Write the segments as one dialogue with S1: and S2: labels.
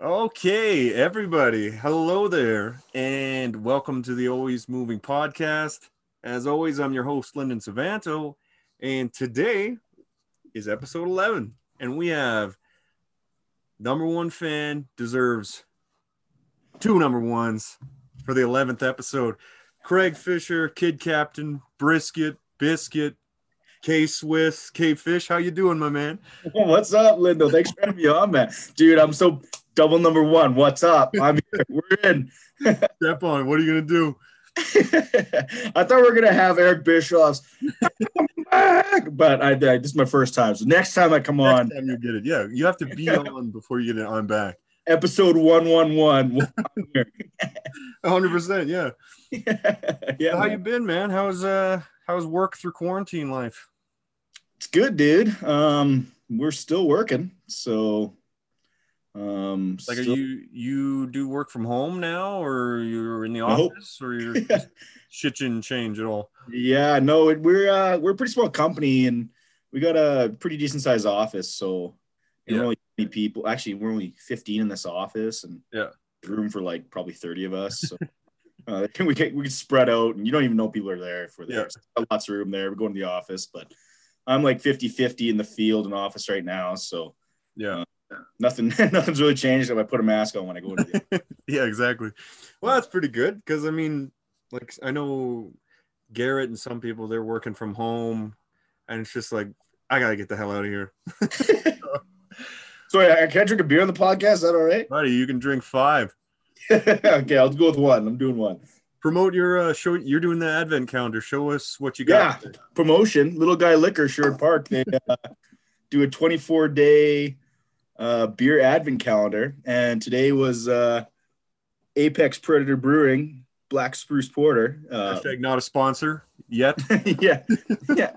S1: Okay, everybody, hello there, and welcome to the Always Moving Podcast. As always, I'm your host, Lyndon Savanto, and today is episode 11, and we have number one fan deserves two number ones for the 11th episode. Craig Fisher, Kid Captain, Brisket, Biscuit, K Swiss, K Fish. How you doing, my man?
S2: What's up, Lindo? Thanks for having me on, man. Dude, I'm so double number one. What's up? I'm here. We're in.
S1: Step on. What are you gonna do?
S2: I thought we were gonna have Eric Bischoff's, "I'm back," but I, I this is my first time. So next time I come on,
S1: Next time you get it. Yeah, you have to be on before you get it on back.
S2: episode one one one.
S1: 100. percent Yeah.
S2: Yeah,
S1: How you
S2: man.
S1: been, man? How's uh how's work through quarantine life?
S2: it's good, dude. Um, we're still working, so um,
S1: Like, are
S2: still-
S1: you you do work from home now, or you're in the
S2: Nope.
S1: office, or you're shit didn't change at all?
S2: Yeah, no, it, we're uh, we're a pretty small company, and we got a pretty decent sized office. So and
S1: Yeah.
S2: we're only 20 people. Actually, we're only fifteen in this office, and
S1: Yeah.
S2: room for like probably thirty of us. So uh, we can we can spread out, and you don't even know people are there if we're there.
S1: Yeah.
S2: So got lots of room there. We're going to the office, but I'm like 50-50 in the field and office right now. So
S1: Yeah.
S2: nothing nothing's really changed. If I put a mask on when I go into the office.
S1: Yeah. Exactly. Well, that's pretty good because I mean, like, I know Garrett and some people they're working from home, and it's just like I gotta get the hell out of here,
S2: Sorry, I can't drink a beer on the podcast. Is that all right?
S1: buddy. You can drink five.
S2: okay, I'll go with one. I'm doing one.
S1: promote your uh show you're doing the advent calendar show us what you
S2: Yeah.
S1: got
S2: promotion, Little Guy Liquor, Sherwood Park. They uh, do a 24 day uh, beer advent calendar. And today was uh, Apex Predator Brewing Black Spruce Porter. Uh,
S1: hashtag not a sponsor yet
S2: yeah. Yeah.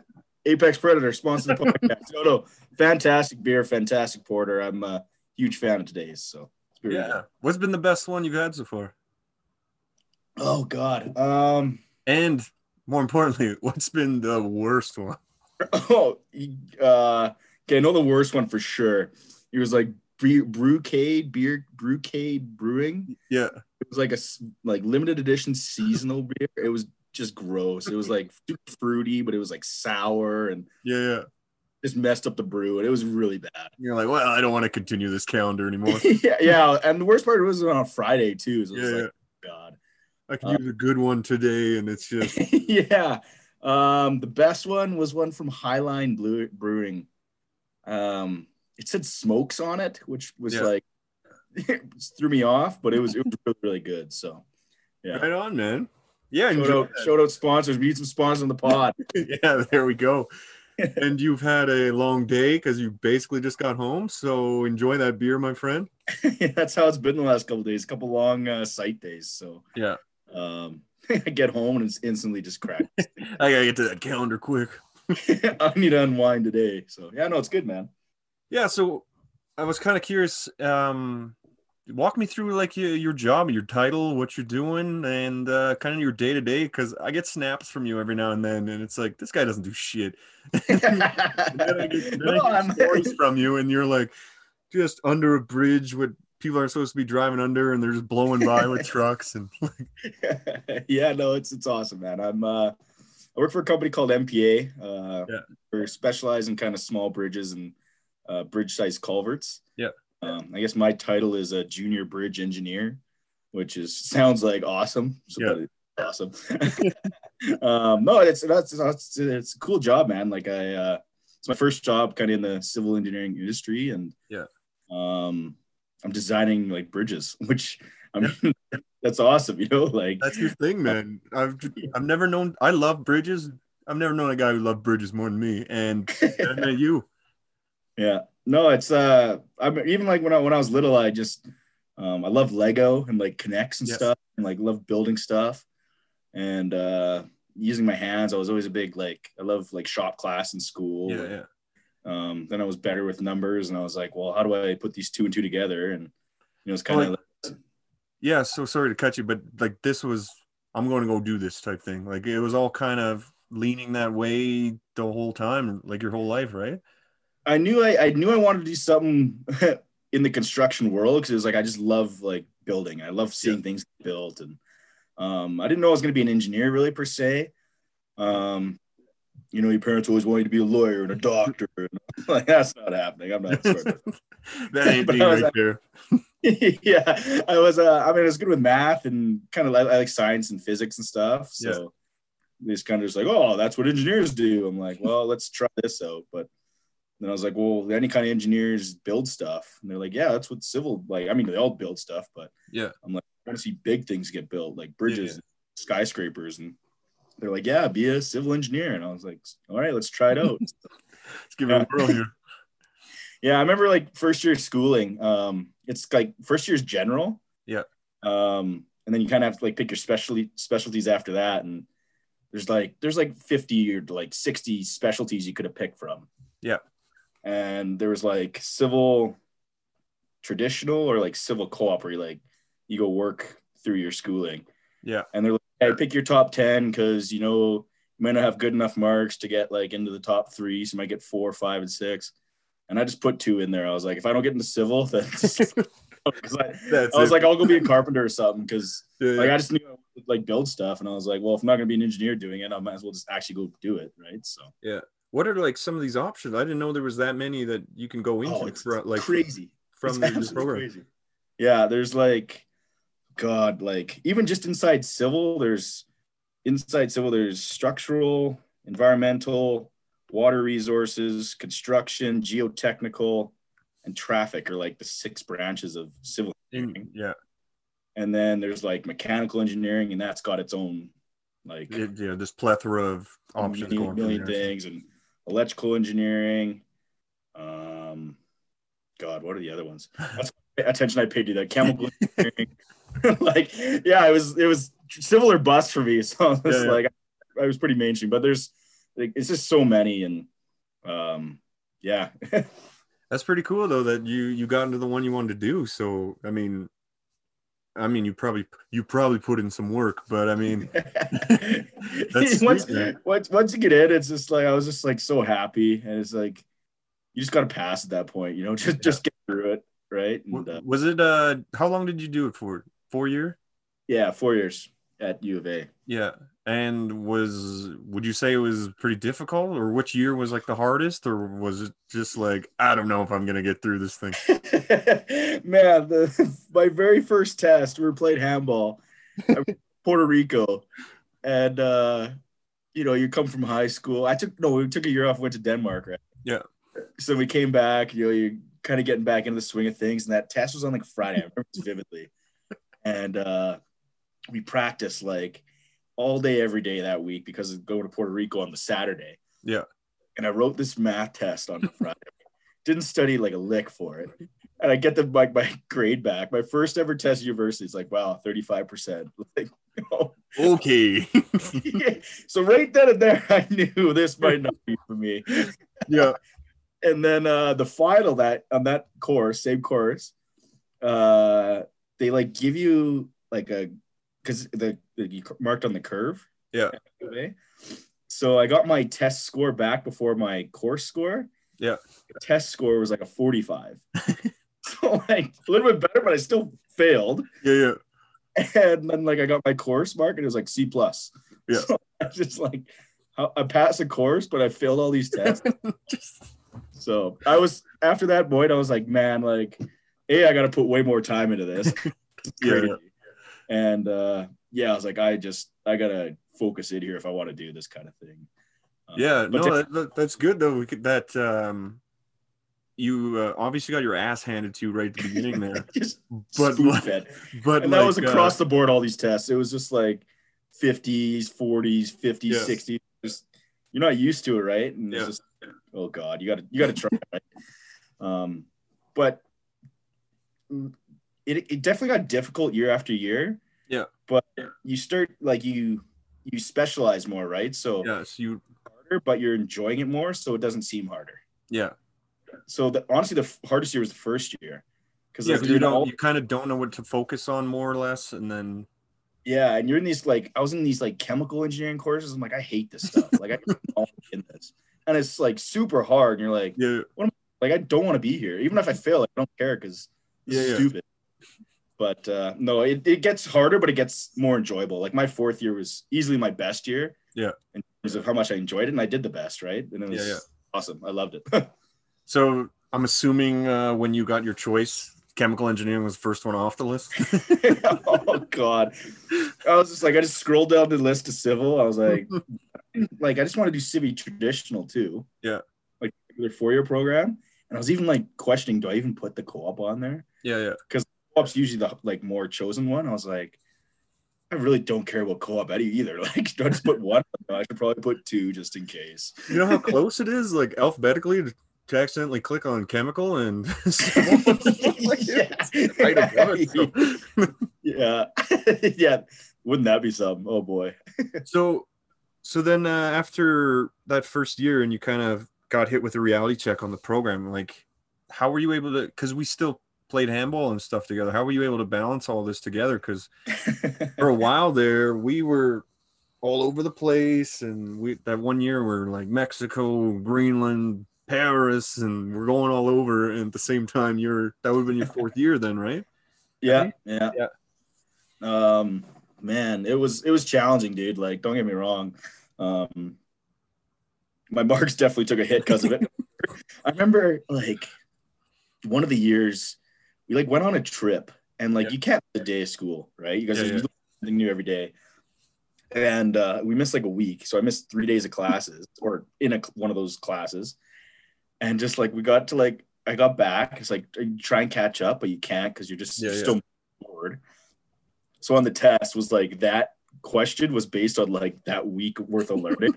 S2: Apex Predator sponsored the podcast. No, no. Fantastic beer, fantastic porter. I'm a huge fan of today's. So it's pretty good.
S1: yeah what's been the best one you've had so far
S2: Oh, God. Um,
S1: and more importantly what's been the worst one
S2: Oh, you- uh, okay. I know the worst one for sure. It was like Bre- Brewcade Beer Brewcade Brewing.
S1: yeah
S2: It was like a s- like limited edition seasonal beer. It was just gross. It was like super fruity, but it was like sour and
S1: yeah yeah
S2: just messed up the brew. And it was really bad.
S1: you're like well i don't want to continue this calendar anymore
S2: yeah, yeah. And the worst part was on a Friday too. So it
S1: yeah,
S2: was
S1: yeah
S2: like oh, God.
S1: i could use a good one today and it's just
S2: yeah. Um, the best one was one from Highline Blue Brewing. Um, it said smokes on it, which was
S1: Yeah.
S2: like it threw me off, but it was it was really, really good. So Yeah.
S1: right on man yeah
S2: shout
S1: enjoy
S2: out, shout out sponsors. We need some sponsors on the pod.
S1: that. yeah there we go and you've had a long day because you basically just got home so enjoy that beer my friend
S2: That's how it's been the last couple days, a couple long uh, site days. So
S1: Yeah.
S2: Um, I get home and it's instantly just cracked.
S1: i gotta get to that calendar quick
S2: I need to unwind today. So yeah, no, it's good, man.
S1: Yeah, so I was kind of curious. Um, walk me through like your, your job, your title, what you're doing, and uh, kind of your day to day. Because I get snaps from you every now and then, and it's like this guy doesn't do shit. And then I get, then
S2: No,
S1: I
S2: I'm-
S1: get stories from you, and you're like just under a bridge with people aren't supposed to be driving under, and they're just blowing by with trucks. And
S2: yeah, no, it's it's awesome, man. I'm uh, I work for a company called MPA. Uh,
S1: Yeah.
S2: We're specialized in kind of small bridges and uh, bridge size culverts.
S1: Yeah.
S2: Um, I guess my title is a junior bridge engineer, which is sounds like awesome. So,
S1: Yeah.
S2: but it's Awesome. um, no, it's that's it's, it's a cool job, man. Like I, uh, it's my first job kind of in the civil engineering industry, and
S1: Yeah.
S2: um, I'm designing like bridges, which I mean, that's awesome, you know, like
S1: that's your thing, man. I've I've never known. I love bridges. I've never known a guy who loved bridges more than me, and I met you.
S2: yeah. No, it's uh I'm even like when I when I was little, I just um I love Lego and like connects and
S1: Yes.
S2: stuff and like love building stuff and uh using my hands. I was always a big like I love like shop class in school.
S1: Yeah, yeah.
S2: Um then I was better with numbers and I was like, well, how do I put these two and two together? And you know, it's kind of
S1: Well, yeah so sorry to cut you but like this was i'm going to go do this type thing like it was all kind of leaning that way the whole time like your whole life right
S2: I knew I, I knew I wanted to do something in the construction world because it was like I just love like building. I love seeing
S1: Yeah.
S2: things built, and um, I didn't know I was going to be an engineer really per se. Um, you know, your parents always want you to be a lawyer and a doctor. And I'm like that's not happening. I'm not. Sort of.
S1: That ain't
S2: But
S1: me
S2: I was
S1: right
S2: like-
S1: there.
S2: yeah, I was. Uh, I mean, I was good with math and kind of like I like science and physics and stuff. So they just kind of just like, oh, that's what engineers do. I'm like, well, let's try this out. But then I was like, well, any kind of engineers build stuff, and they're like, yeah, that's what civil like. I mean, they all build stuff, but
S1: Yeah.
S2: I'm like, I want to see big things get built, like bridges, and skyscrapers, and they're like, yeah, be a civil engineer. And I was like, all right, let's try it out.
S1: Let's give it a whirl here.
S2: Yeah, I remember like first year of schooling. Um, it's like first year's general.
S1: Yeah.
S2: Um, and then you kind of have to like pick your specialty specialties after that, and there's like there's like 50 or like 60 specialties you could have picked from.
S1: Yeah.
S2: And there was like civil traditional or like civil co-op where you like you go work through your schooling.
S1: Yeah.
S2: And they're like, hey, pick your top 10 because you know you might not have good enough marks to get like into the top three. So you might get four, five, and six. And I just put two in there. I was like, if I don't get into civil, then 'cause I,
S1: That's
S2: I was
S1: it.
S2: like, I'll go be a carpenter or something because
S1: Yeah,
S2: like I just knew I would, like build stuff. And I was like, well, if I'm not gonna be an engineer doing it, I might as well just actually go do it, right? So
S1: what are like some of these options? I didn't know there was that many that you can go into
S2: oh, it's
S1: for, uh, like
S2: crazy.
S1: from
S2: It's
S1: the, the
S2: absolutely
S1: program.
S2: crazy. Yeah, there's like, God, like even just inside civil, there's inside civil, there's structural, environmental, water resources, construction, geotechnical, and traffic are like the six branches of civil.
S1: In- yeah,
S2: And then there's like mechanical engineering, and that's got its own like
S1: it- yeah, this plethora of options
S2: million,
S1: going
S2: million
S1: from there.
S2: things and electrical engineering. Um, God, what are the other ones? That's the attention I paid to that chemical engineering. like, yeah, it was it was similar bust for me. So I was
S1: Yeah, yeah.
S2: like, I was pretty mainstream, but there's like it's just so many and um, yeah,
S1: That's pretty cool though that you you got into the one you wanted to do. So I mean, I mean you probably you probably put in some work, but I mean, That's
S2: once,
S1: sweet, man.
S2: once once you get in, it's just like I was just like so happy, and it's like you just got to pass at that point, you know, just just get through it, right? And, uh,
S1: w- was it uh how long did you do it for? Four year?
S2: yeah, four years at U of A.
S1: Yeah. And was would you say it was pretty difficult, or which year was like the hardest, or was it just like I don't know if I'm gonna get through this thing?
S2: Man, the, my very first test, we were playing handball, at Puerto Rico, and uh, you know, you come from high school. I took no, we took a year off, went to Denmark, right?
S1: Yeah.
S2: So we came back. You know, you're kind of getting back into the swing of things, and that test was on like Friday. I remember this vividly, and uh, we practiced like all day, every day that week because of going to Puerto Rico on the Saturday.
S1: Yeah.
S2: And I wrote this math test on Friday. Didn't study like a lick for it and I get the like my grade back. My first ever test at university is like, wow, 35%. Like, oh.
S1: Okay.
S2: so right then and there, I knew this might not be for me.
S1: yeah.
S2: And then uh the final that on that course, same course, uh, they like give you like a because the, the you marked on the curve.
S1: Yeah.
S2: Okay. So I got my test score back before my course score.
S1: Yeah.
S2: Test score was like a 45. so like a little bit better, but I still failed.
S1: Yeah. Yeah.
S2: And then like I got my course mark and it was like C plus.
S1: Yeah.
S2: So I was just like I I passed the course, but I failed all these tests. so I was after that point, I was like, man, like, hey, I gotta put way more time into this.
S1: Yeah, yeah.
S2: And uh yeah, I was like, I just I gotta focus in here if I want to do this kind of thing. Um,
S1: yeah
S2: but
S1: no that, that, that's good though we could, that um you uh, obviously got your ass handed to you right at the beginning there
S2: just
S1: but
S2: spoon
S1: like,
S2: fed.
S1: but
S2: and that was
S1: like, uh,
S2: across the board all these tests it was just like 50s 40s 50s
S1: Yeah.
S2: 60s just you're not used to it right and
S1: Yeah.
S2: it's just oh god you gotta you gotta try right? um but it, it definitely got difficult year after year
S1: Yeah.
S2: but you start like you you specialize more right so
S1: yes you
S2: harder but you're enjoying it more so it doesn't seem harder
S1: yeah
S2: so the, honestly the f- hardest year was the first year because
S1: yeah um, 'cause you don't you kind of don't know what to focus on more or less and then
S2: Yeah, and you're in these like I was in these like chemical engineering courses. I'm like, I hate this stuff. Like I don't want to be in this, and it's like super hard. And you're like,
S1: yeah
S2: Like I don't want to be here. Even if I fail, I don't care because
S1: Yeah, yeah.
S2: stupid. But uh, no, it, it gets harder, but it gets more enjoyable. Like my fourth year was easily my best year.
S1: Yeah.
S2: In terms of how much I enjoyed it, and I did the best, right? And it was
S1: Yeah, yeah.
S2: awesome. I loved it.
S1: So I'm assuming uh, when you got your choice, chemical engineering was the first one off the list.
S2: oh god, I was just like, I just scrolled down the list to civil. I was like, like I just want to do civi traditional too.
S1: Yeah.
S2: Like their four year program, and I was even like questioning, do I even put the co op on there?
S1: yeah, yeah.
S2: co-op's usually the like more chosen one. I was like, I really don't care about co-op any either. Like, do I just put one? No, I should probably put two just in case.
S1: You know how close it is, like alphabetically, to, to accidentally click on chemical and. Right above it,
S2: yeah.
S1: so.
S2: yeah. yeah. Wouldn't that be something? Oh boy.
S1: so so then uh, after that first year and you kind of got hit with a reality check on the program like how were you able to because we still played handball and stuff together how were you able to balance all this together because for a while there we were all over the place and we that one year we are like mexico greenland paris and we're going all over and at the same time you're that would have been your fourth year then right
S2: yeah. Yeah.
S1: Yeah.
S2: Um man, it was it was challenging, dude. Like, don't get me wrong. Um my marks definitely took a hit because of it. I remember like one of the years we like went on a trip and like
S1: Yeah.
S2: you can't miss a day of school, right? You guys
S1: Yeah,
S2: are
S1: yeah.
S2: something new every day. And uh, we missed like a week. So I missed three days of classes or in a, one of those classes. And just like we got to like, I got back. It's like you try and catch up, but you can't because you're just
S1: Yeah,
S2: you're
S1: yeah.
S2: still bored. So on the test was like that question was based on like that week worth of learning.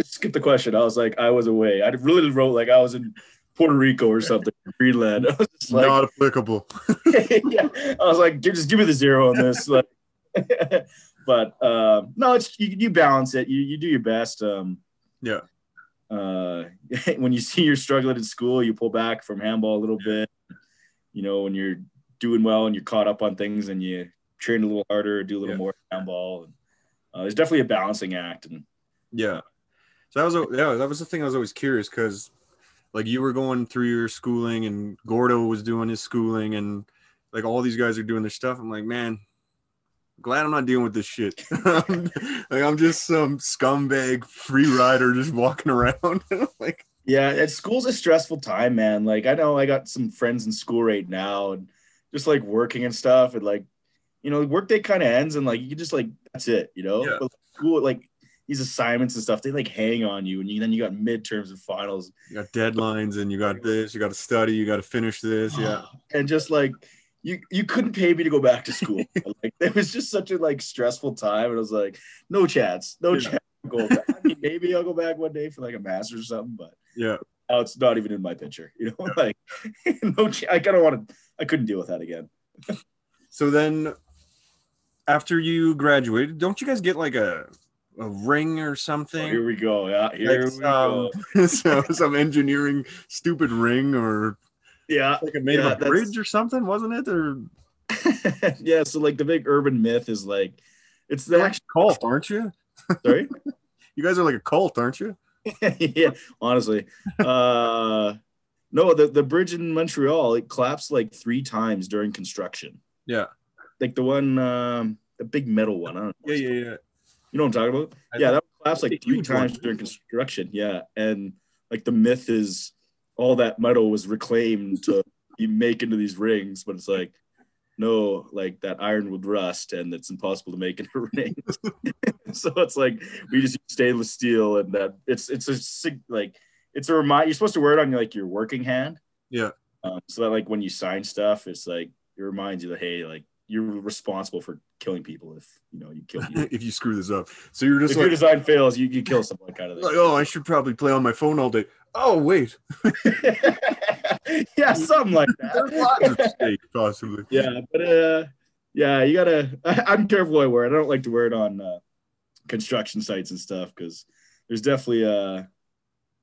S2: Skip the question. I was like, I was away. I really wrote like I was in Puerto Rico or something, Greenland. I was just like,
S1: not applicable
S2: yeah. I was like, just give me the zero on this. Like, but um, no, it's you, you balance it. You you do your best. Um,
S1: Yeah.
S2: Uh, when you see you're struggling in school, you pull back from handball a little bit. You know, when you're doing well and you're caught up on things, and you train a little harder, do a little
S1: Yeah.
S2: more handball. Uh, there's definitely a balancing act, and
S1: Yeah. So that was a- yeah, that was the thing I was always curious because like you were going through your schooling and Gordo was doing his schooling and like all these guys are doing their stuff. I'm like, man, glad I'm not dealing with this shit. like I'm just some scumbag free rider just walking around. like
S2: Yeah, at school's a stressful time, man. Like I know I got some friends in school right now and just like working and stuff and like you know, work day kind of ends and like you just like that's it, you know?
S1: Yeah.
S2: But school like these assignments and stuff, they like hang on you and you, then you got midterms and finals.
S1: you got deadlines and you got this, you got to study, you got to finish this. Yeah.
S2: And just like you you couldn't pay me to go back to school. like it was just such a like stressful time and I was like, no chance, no
S1: Yeah.
S2: chance of going back. I mean, maybe I'll go back one day for like a master's or something, but
S1: Yeah.
S2: now it's not even in my picture. You know, like no, ch- I kind of want to. I couldn't deal with that again.
S1: So then after you graduated, don't you guys get like a a ring or something?
S2: Here we go. Yeah, here
S1: That's,
S2: we go.
S1: um, so some engineering stupid ring or
S2: Yeah,
S1: like it made
S2: Yeah,
S1: of a
S2: that's-
S1: bridge or something, wasn't it? Or
S2: yeah. So like the big urban myth is like, it's the
S1: you're
S2: actually
S1: actually a cult, aren't you?
S2: sorry.
S1: You guys are like a cult, aren't you?
S2: yeah, honestly, uh, no. The the bridge in Montreal it collapsed like three times during construction.
S1: Yeah.
S2: Like the one, um, the big metal one. I don't know.
S1: yeah.
S2: You know what I'm talking about?
S1: I
S2: yeah, that was collapsed like
S1: Huge
S2: three
S1: one.
S2: times during construction. Yeah, and like the myth is all that metal was reclaimed to you make into these rings, but it's like no, like that iron would rust, and it's impossible to make into rings. so it's like we just use stainless steel, and that it's it's a sig- like it's a remind. You're supposed to wear it on like your working hand.
S1: Yeah.
S2: Um, so that like when you sign stuff, it's like it reminds you that hey, like you're responsible for killing people if you know you kill people
S1: if you screw this up. So you're just
S2: if your
S1: like,
S2: design fails, you, you kill someone kind of
S1: like, oh, I should probably play on my phone all day. Oh, wait.
S2: thing. yeah, something like
S1: oh. There's lots
S2: that.
S1: of mistakes, possibly.
S2: yeah, but uh, yeah, you gotta. I, I'm careful what I wear. it. I don't like to wear it on uh, construction sites and stuff because there's definitely a,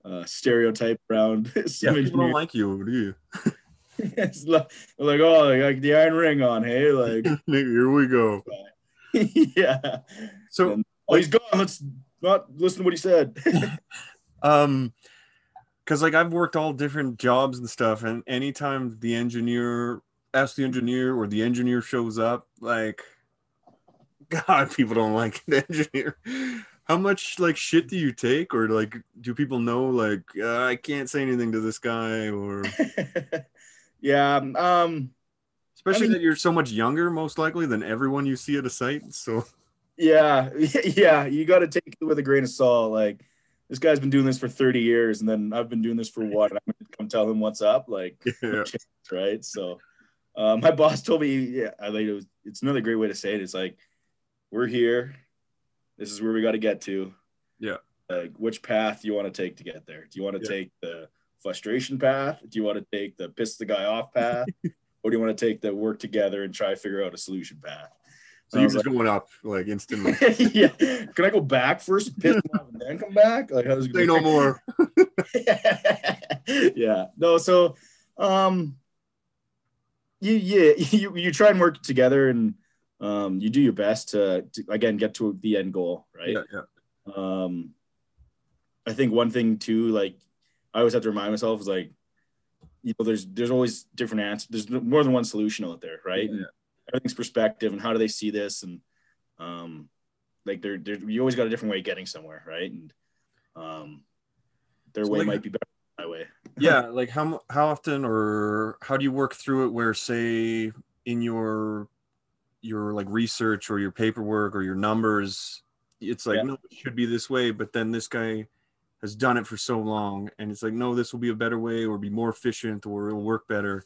S2: a stereotype around
S1: Yeah,
S2: some
S1: people don't
S2: engineers.
S1: like you, do you?
S2: It's like, like, oh, like, the iron ring on, hey, like,
S1: Here we go.
S2: yeah.
S1: So,
S2: Oh, he's gone. Let's not listen to what he said.
S1: um, because like I've worked all different jobs and stuff, and anytime the engineer asks the engineer or the engineer shows up, like God, people don't like the engineer. How much like shit do you take, or like do people know like uh, I can't say anything to this guy, or
S2: yeah. Um,
S1: especially
S2: mean-
S1: that you're so much younger, most likely than everyone you see at a site. So
S2: yeah. Yeah. You got to take it with a grain of salt. Like, this guy's been doing this for 30 years, and then I've been doing this for what? And I'm going to come tell him what's up. Like,
S1: yeah,
S2: right? So, uh, my boss told me, yeah, I like it was, it's another great way to say it. It's like, we're here. This is where we got to get to.
S1: Yeah.
S2: Like, which path do you want to take to get there? Do you want to
S1: Yeah.
S2: take the frustration path? Do you want to take the piss the guy off path? or do you want to take the work together and try to figure out a solution path?
S1: so
S2: I
S1: you're
S2: was
S1: just going up like instantly.
S2: like, yeah. Can I go back first, piss him off, and then come back? Like, how's it
S1: Say no more.
S2: yeah. No, so um you yeah, you you try and work together and um you do your best to, to again get to the end goal, right?
S1: Yeah, yeah.
S2: Um I think one thing too, like I always have to remind myself is like, you know, there's there's always different answers. There's more than one solution out there, right?
S1: Yeah.
S2: And everything's perspective and how do they see this and um like they're, they're you always got a different way of getting somewhere, right? And um their
S1: So,
S2: way
S1: like-
S2: might be better than my way.
S1: yeah like how mu- how often or how do you work through it where say in your your like research or your paperwork or your numbers it's like
S2: Yeah.
S1: no it should be this way but then this guy has done it for so long and it's like no this will be a better way or be more efficient or it'll work better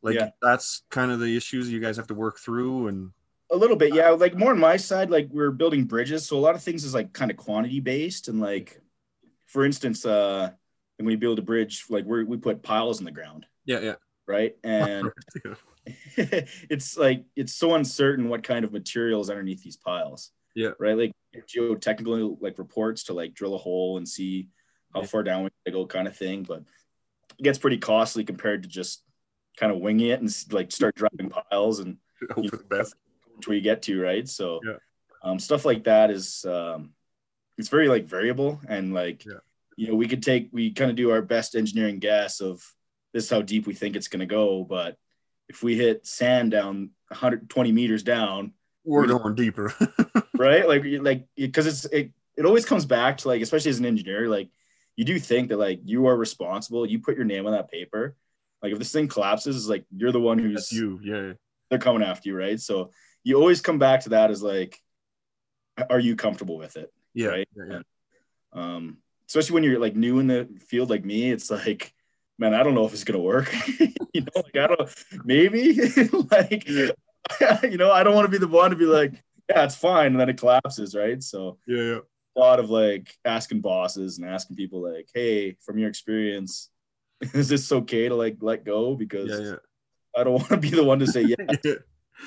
S1: like
S2: Yeah.
S1: that's kind of the issues you guys have to work through and
S2: A little bit, yeah. Like more on my side, like we're building bridges, so a lot of things is like kind of quantity based, and like, for instance, uh, when we build a bridge, like we we put piles in the ground,
S1: yeah yeah
S2: right? And it's like it's so uncertain what kind of materials underneath these piles.
S1: Yeah.
S2: Right. Like geotechnical like reports to like drill a hole and see how
S1: Yeah.
S2: far down we gotta go, kind of thing. But it gets pretty costly compared to just kind of winging it and s- like start dropping piles and
S1: hope for the best
S2: which we get to, right? So
S1: Yeah.
S2: um, stuff like that is um, it's very like variable and like
S1: Yeah.
S2: you know we could take we kind of do our best engineering guess of this is how deep we think it's going to go, but if we hit sand down 120 meters down,
S1: we're going deeper
S2: right? Like you- like because it's it it always comes back to like especially as an engineer like you do think that like you are responsible you put your name on that paper like if this thing collapses like you're the one who's
S1: that's you yeah
S2: they're coming after you, right? So you always come back to that as like, are you comfortable with it?
S1: yeah
S2: Right.
S1: yeah, yeah.
S2: Um, especially when you're like new in the field, like me, it's like, man, I don't know if it's gonna work. you know, like I don't, maybe, like,
S1: Yeah.
S2: you know, I don't want to be the one to be like, yeah, it's fine, and then it collapses, right? So
S1: yeah, yeah.
S2: a lot of like asking bosses and asking people like, hey, from your experience, is this okay to like let go? Because
S1: Yeah,
S2: I don't want to be the one to say, yeah,
S1: yeah, yeah.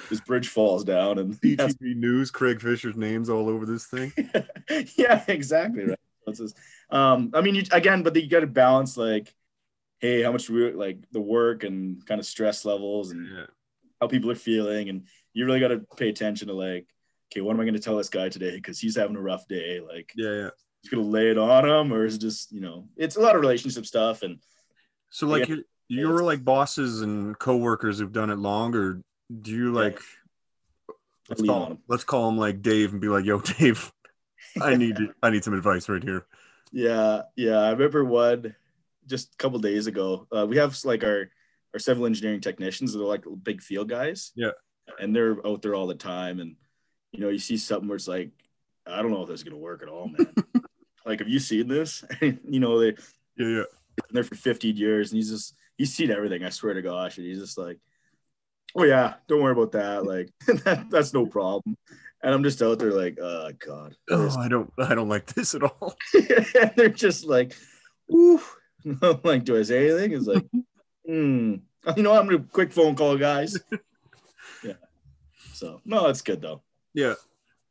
S2: this bridge falls down and that's
S1: CTV News, Craig Fisher's names all over this thing.
S2: yeah, exactly. Right. That's just- um, I mean, you, again, but you got to balance like, hey, how much we, like the work and kind of stress levels and
S1: Yeah,
S2: how people are feeling, and you really got to pay attention to like, okay, what am I going to tell this guy today because he's having a rough day? Like,
S1: yeah, yeah.
S2: he's going to lay it on him, or is it just you know, it's a lot of relationship stuff, and
S1: So, like, you your like bosses and coworkers who've done it longer. Do you
S2: Yeah.
S1: like let's
S2: lean
S1: call
S2: on
S1: him,
S2: 'em.
S1: let's call him like Dave and be like, "Yo, Dave, I need I need some advice right here."
S2: Yeah, yeah. I remember one just a couple days ago. Uh, we have like our our civil engineering technicians. They're like big field guys.
S1: Yeah.
S2: and they're out there all the time. And you know, you see something where it's like, I don't know if this is gonna work at all, man. like, have you seen this? you know, they
S1: Yeah, yeah,
S2: been there for 15 years and he's just he's seen everything i swear to gosh and he's just like oh yeah don't worry about that like that, that's no problem and i'm just out there like oh god
S1: oh, I don't I don't like this at all.
S2: and they're just like Ooh. I'm like do i say anything it's like hmm you know what? i'm gonna quick phone call guys yeah so no it's good though
S1: Yeah,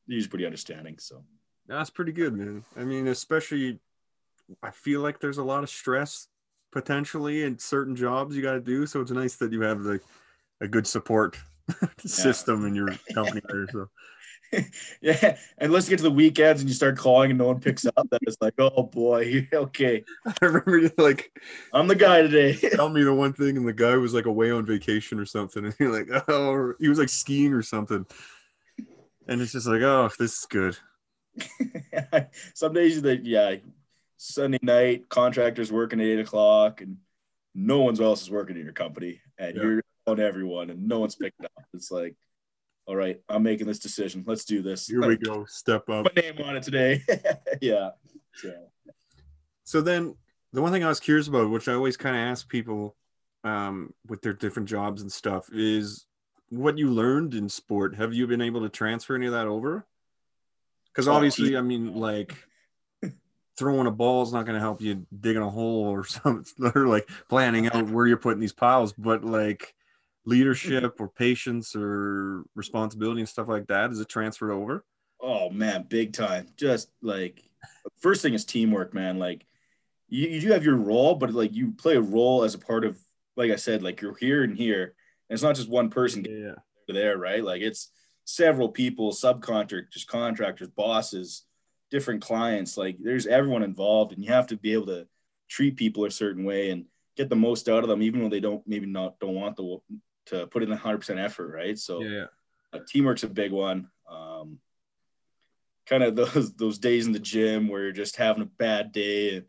S2: he's pretty understanding so
S1: that's pretty good, man. I mean, especially I feel like there's a lot of stress potentially in certain jobs you got to do. So it's nice that you have like a good support system in your company there. So
S2: yeah, unless you get to the weekends and you start calling and no one picks up, then it's like, oh boy, okay,
S1: I remember you're like,
S2: I'm the guy today.
S1: tell me the one thing, and the guy was like away on vacation or something, and you're like, oh, he was like skiing or something, and it's just like, oh, this is good.
S2: Some days that yeah, Sunday night contractors working at eight o'clock and no one's else is working in your company and
S1: Yeah.
S2: you're on everyone and no one's picking up. It's like, all right, I'm making this decision. Let's do this.
S1: Here we go, step up.
S2: Put my name on it today. yeah. So
S1: So then, the one thing I was curious about, which I always kind of ask people um, with their different jobs and stuff, is what you learned in sport. Have you been able to transfer any of that over? Because
S2: Oh,
S1: obviously, I mean, like throwing a ball is not going to help you digging a hole or something, or like planning out where you're putting these piles. But like leadership or patience or responsibility and stuff like that, is it transferred over?
S2: oh man, big time. Just like first thing is teamwork, man. Like you, you do have your role, but like you play a role as a part of like I said, like you're here and here. And it's not just one person
S1: Yeah.
S2: over there, right? Like it's several people, subcontractors, contractors, bosses, different clients. Like there's everyone involved, and you have to be able to treat people a certain way and get the most out of them, even when they don't maybe not don't want the to put in 100% effort, right? So
S1: Yeah.
S2: uh, teamwork's a big one. Um, kind of those those days in the gym where you're just having a bad day and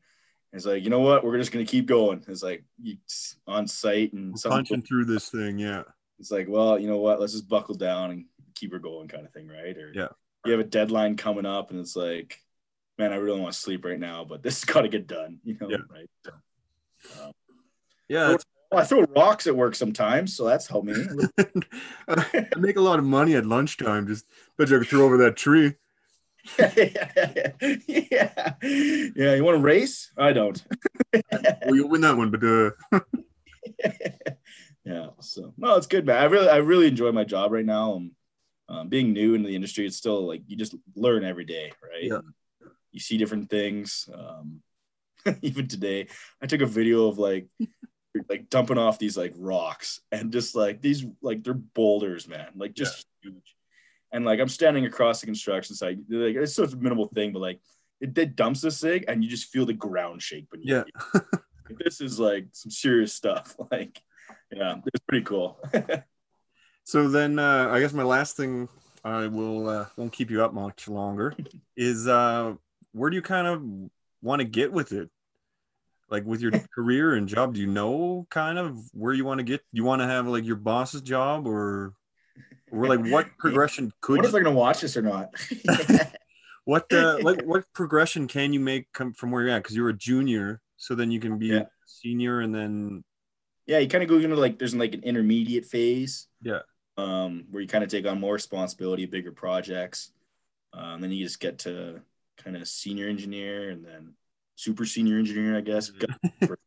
S2: it's like you know what we're just gonna keep going. It's like you on site and
S1: We're
S2: something
S1: punching through this thing. Yeah.
S2: it's like, well, you know what? Let's just buckle down and keep her going, kind of thing, right? Or
S1: Yeah.
S2: you have a deadline coming up, and it's like, man, I really want to sleep right now, but this has got to get done, you know?
S1: Yeah.
S2: Right.
S1: Yeah. that's
S2: Well, I throw rocks at work sometimes, so that's helped me.
S1: I make a lot of money at lunchtime. Just bet you I could throw over that tree.
S2: yeah, yeah. You want to race? I don't.
S1: Well, you'll win that one, but uh,
S2: yeah. So no, it's good, man. I really, I really enjoy my job right now. Um, um, being new in the industry, it's still like you just learn every day, right?
S1: Yeah.
S2: You see different things. Um, even today, I took a video of like, like dumping off these like rocks and just like these like they're boulders, man, like just huge. And like I'm standing across the construction site. They're, Like it's such a minimal thing, but like it, it dumps this thing, and you just feel the ground shake. When you
S1: yeah,
S2: this is like some serious stuff. Like, yeah, it's pretty cool.
S1: So then, uh, I guess my last thing I will uh, won't keep you up much longer is uh, where do you kind of want to get with it, like with your career and job? Do you know kind of where you want to get? You want to have like your boss's job, or or like what progression
S2: I
S1: could
S2: wonder if they're gonna watch this or not.
S1: what uh, like what progression can you make come from where you're at? Because you're a junior, so then you can be
S2: Yeah.
S1: senior, and then
S2: yeah, you kind of go into like there's like an intermediate phase.
S1: Yeah.
S2: Um, where you kind of take on more responsibility, bigger projects. Um, then you just get to kind of senior engineer and then super senior engineer, I guess,
S1: Yeah.
S2: Got for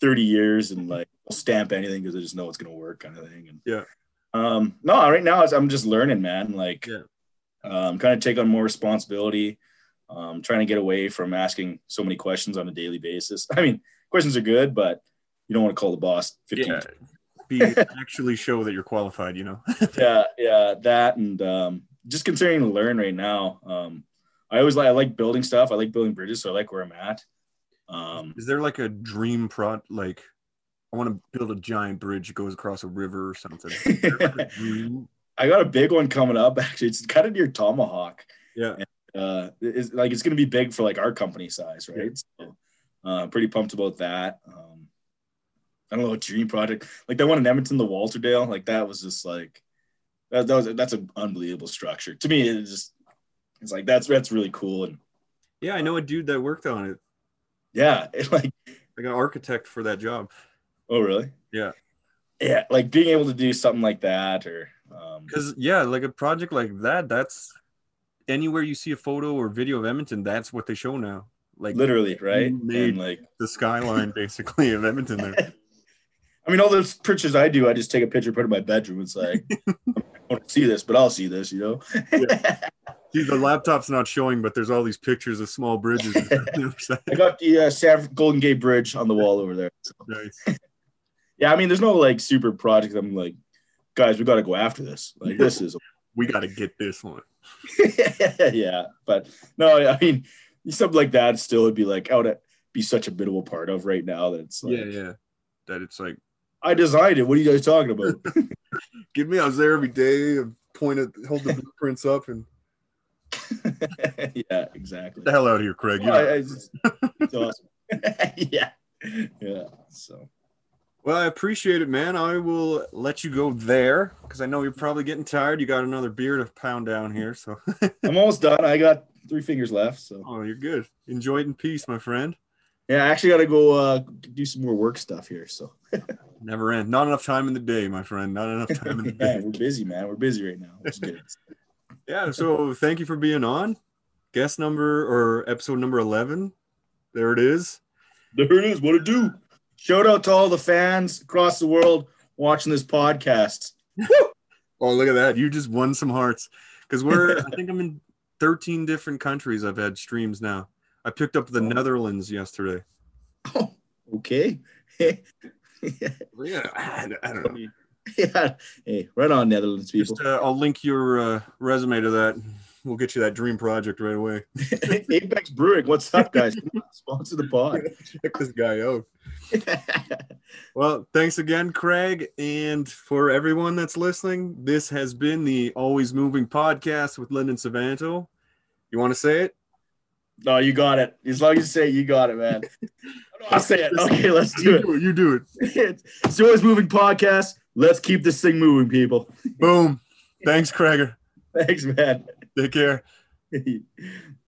S2: 30 years and like I'll stamp anything because I just know it's gonna work kind of thing. And
S1: Yeah.
S2: Um, no, right now it's, I'm just learning, man. Like
S1: Yeah.
S2: um, kind of take on more responsibility. Um, trying to get away from asking so many questions on a daily basis. I mean, questions are good, but you don't want to call the boss 15
S1: yeah, be actually show that you're qualified. You know,
S2: yeah, yeah, that and um, just continuing to learn right now. Um, I always like I like building stuff. I like building bridges, so I like where I'm at. Um,
S1: Is there like a dream pro like I want to build a giant bridge that goes across a river or something? Is there like a dream?
S2: I got a big one coming up. Actually, it's kind of near Tomahawk.
S1: Yeah.
S2: Uh, it's, like it's going to be big for like our company size, right? So, uh, pretty pumped about that. Um, I don't know, a dream project like that one in Edmonton, the Walterdale, like that was just like that, that was that's an unbelievable structure to me. It's just it's like that's that's really cool and
S1: Yeah, I know a dude that worked on it.
S2: yeah, it, like.
S1: Like an architect for that job.
S2: Oh, really?
S1: Yeah.
S2: Yeah, like being able to do something like that, or um,
S1: Cause yeah, like a project like that, that's anywhere you see a photo or video of Edmonton, that's what they show now. Like
S2: literally, right?
S1: made-
S2: And like,
S1: the skyline basically of Edmonton there.
S2: I mean, all those pictures I do, I just take a picture, put it in my bedroom. It's like, I want to see this, but I'll see this, you know?
S1: See, the laptop's not showing, but there's all these pictures of small bridges. on the other side.
S2: I got the uh, San Golden Gate Bridge on the wall over there.
S1: Nice.
S2: Yeah, I mean, there's no like super project. I'm like, guys, we got to go after this. Like, this is
S1: we got to get this one.
S2: yeah, but no, I mean something like that still would be like I would be such a bit of a part of right now that it's like
S1: yeah, yeah. That it's like,
S2: I designed it. What are you guys talking about?
S1: get me. I was there every day and point at, hold the blueprints up and
S2: yeah, exactly.
S1: get the hell out of here, Craig. You
S2: Well,
S1: know-
S2: I- I just- it's awesome. yeah, yeah. So
S1: Well, I appreciate it, man. I will let you go there because I know you're probably getting tired. You got another beer to pound down here, so
S2: I'm almost done. I got three fingers left. So
S1: oh, you're good. Enjoy it in peace, my friend.
S2: yeah, I actually got to go uh, do some more work stuff here. So
S1: Never end. Not enough time in the day, my friend. Not enough time in the
S2: yeah,
S1: day.
S2: we're busy, man. We're busy right now. Which is good.
S1: Yeah. So thank you for being on. Guest number or episode number eleven. There it is.
S2: There it is. What it do? Shout out to all the fans across the world watching this podcast.
S1: Oh, look at that. You just won some hearts. Because we're I think I'm in 13 different countries I've had streams now. I picked up the
S2: Oh.
S1: Netherlands yesterday.
S2: okay.
S1: Yeah. I, I don't know.
S2: yeah. Hey, right on, Netherlands people.
S1: Just, uh, I'll link your uh, resume to that. We'll get you that dream project right away.
S2: Apex Brewing, what's up, guys? Come on, Sponsor the pod.
S1: Check this guy out. Well, thanks again, Craig. And for everyone that's listening, this has been the Always Moving Podcast with Lyndon Savanto. You want to say it?
S2: no, you got it. As long as you say it, you got it, man. No, I'll say it. Okay, let's do
S1: You
S2: it.
S1: do it. You do it.
S2: It's the Always Moving Podcast. Let's keep this thing moving, people.
S1: Boom. Thanks, Craig.
S2: Thanks, man.
S1: Take care.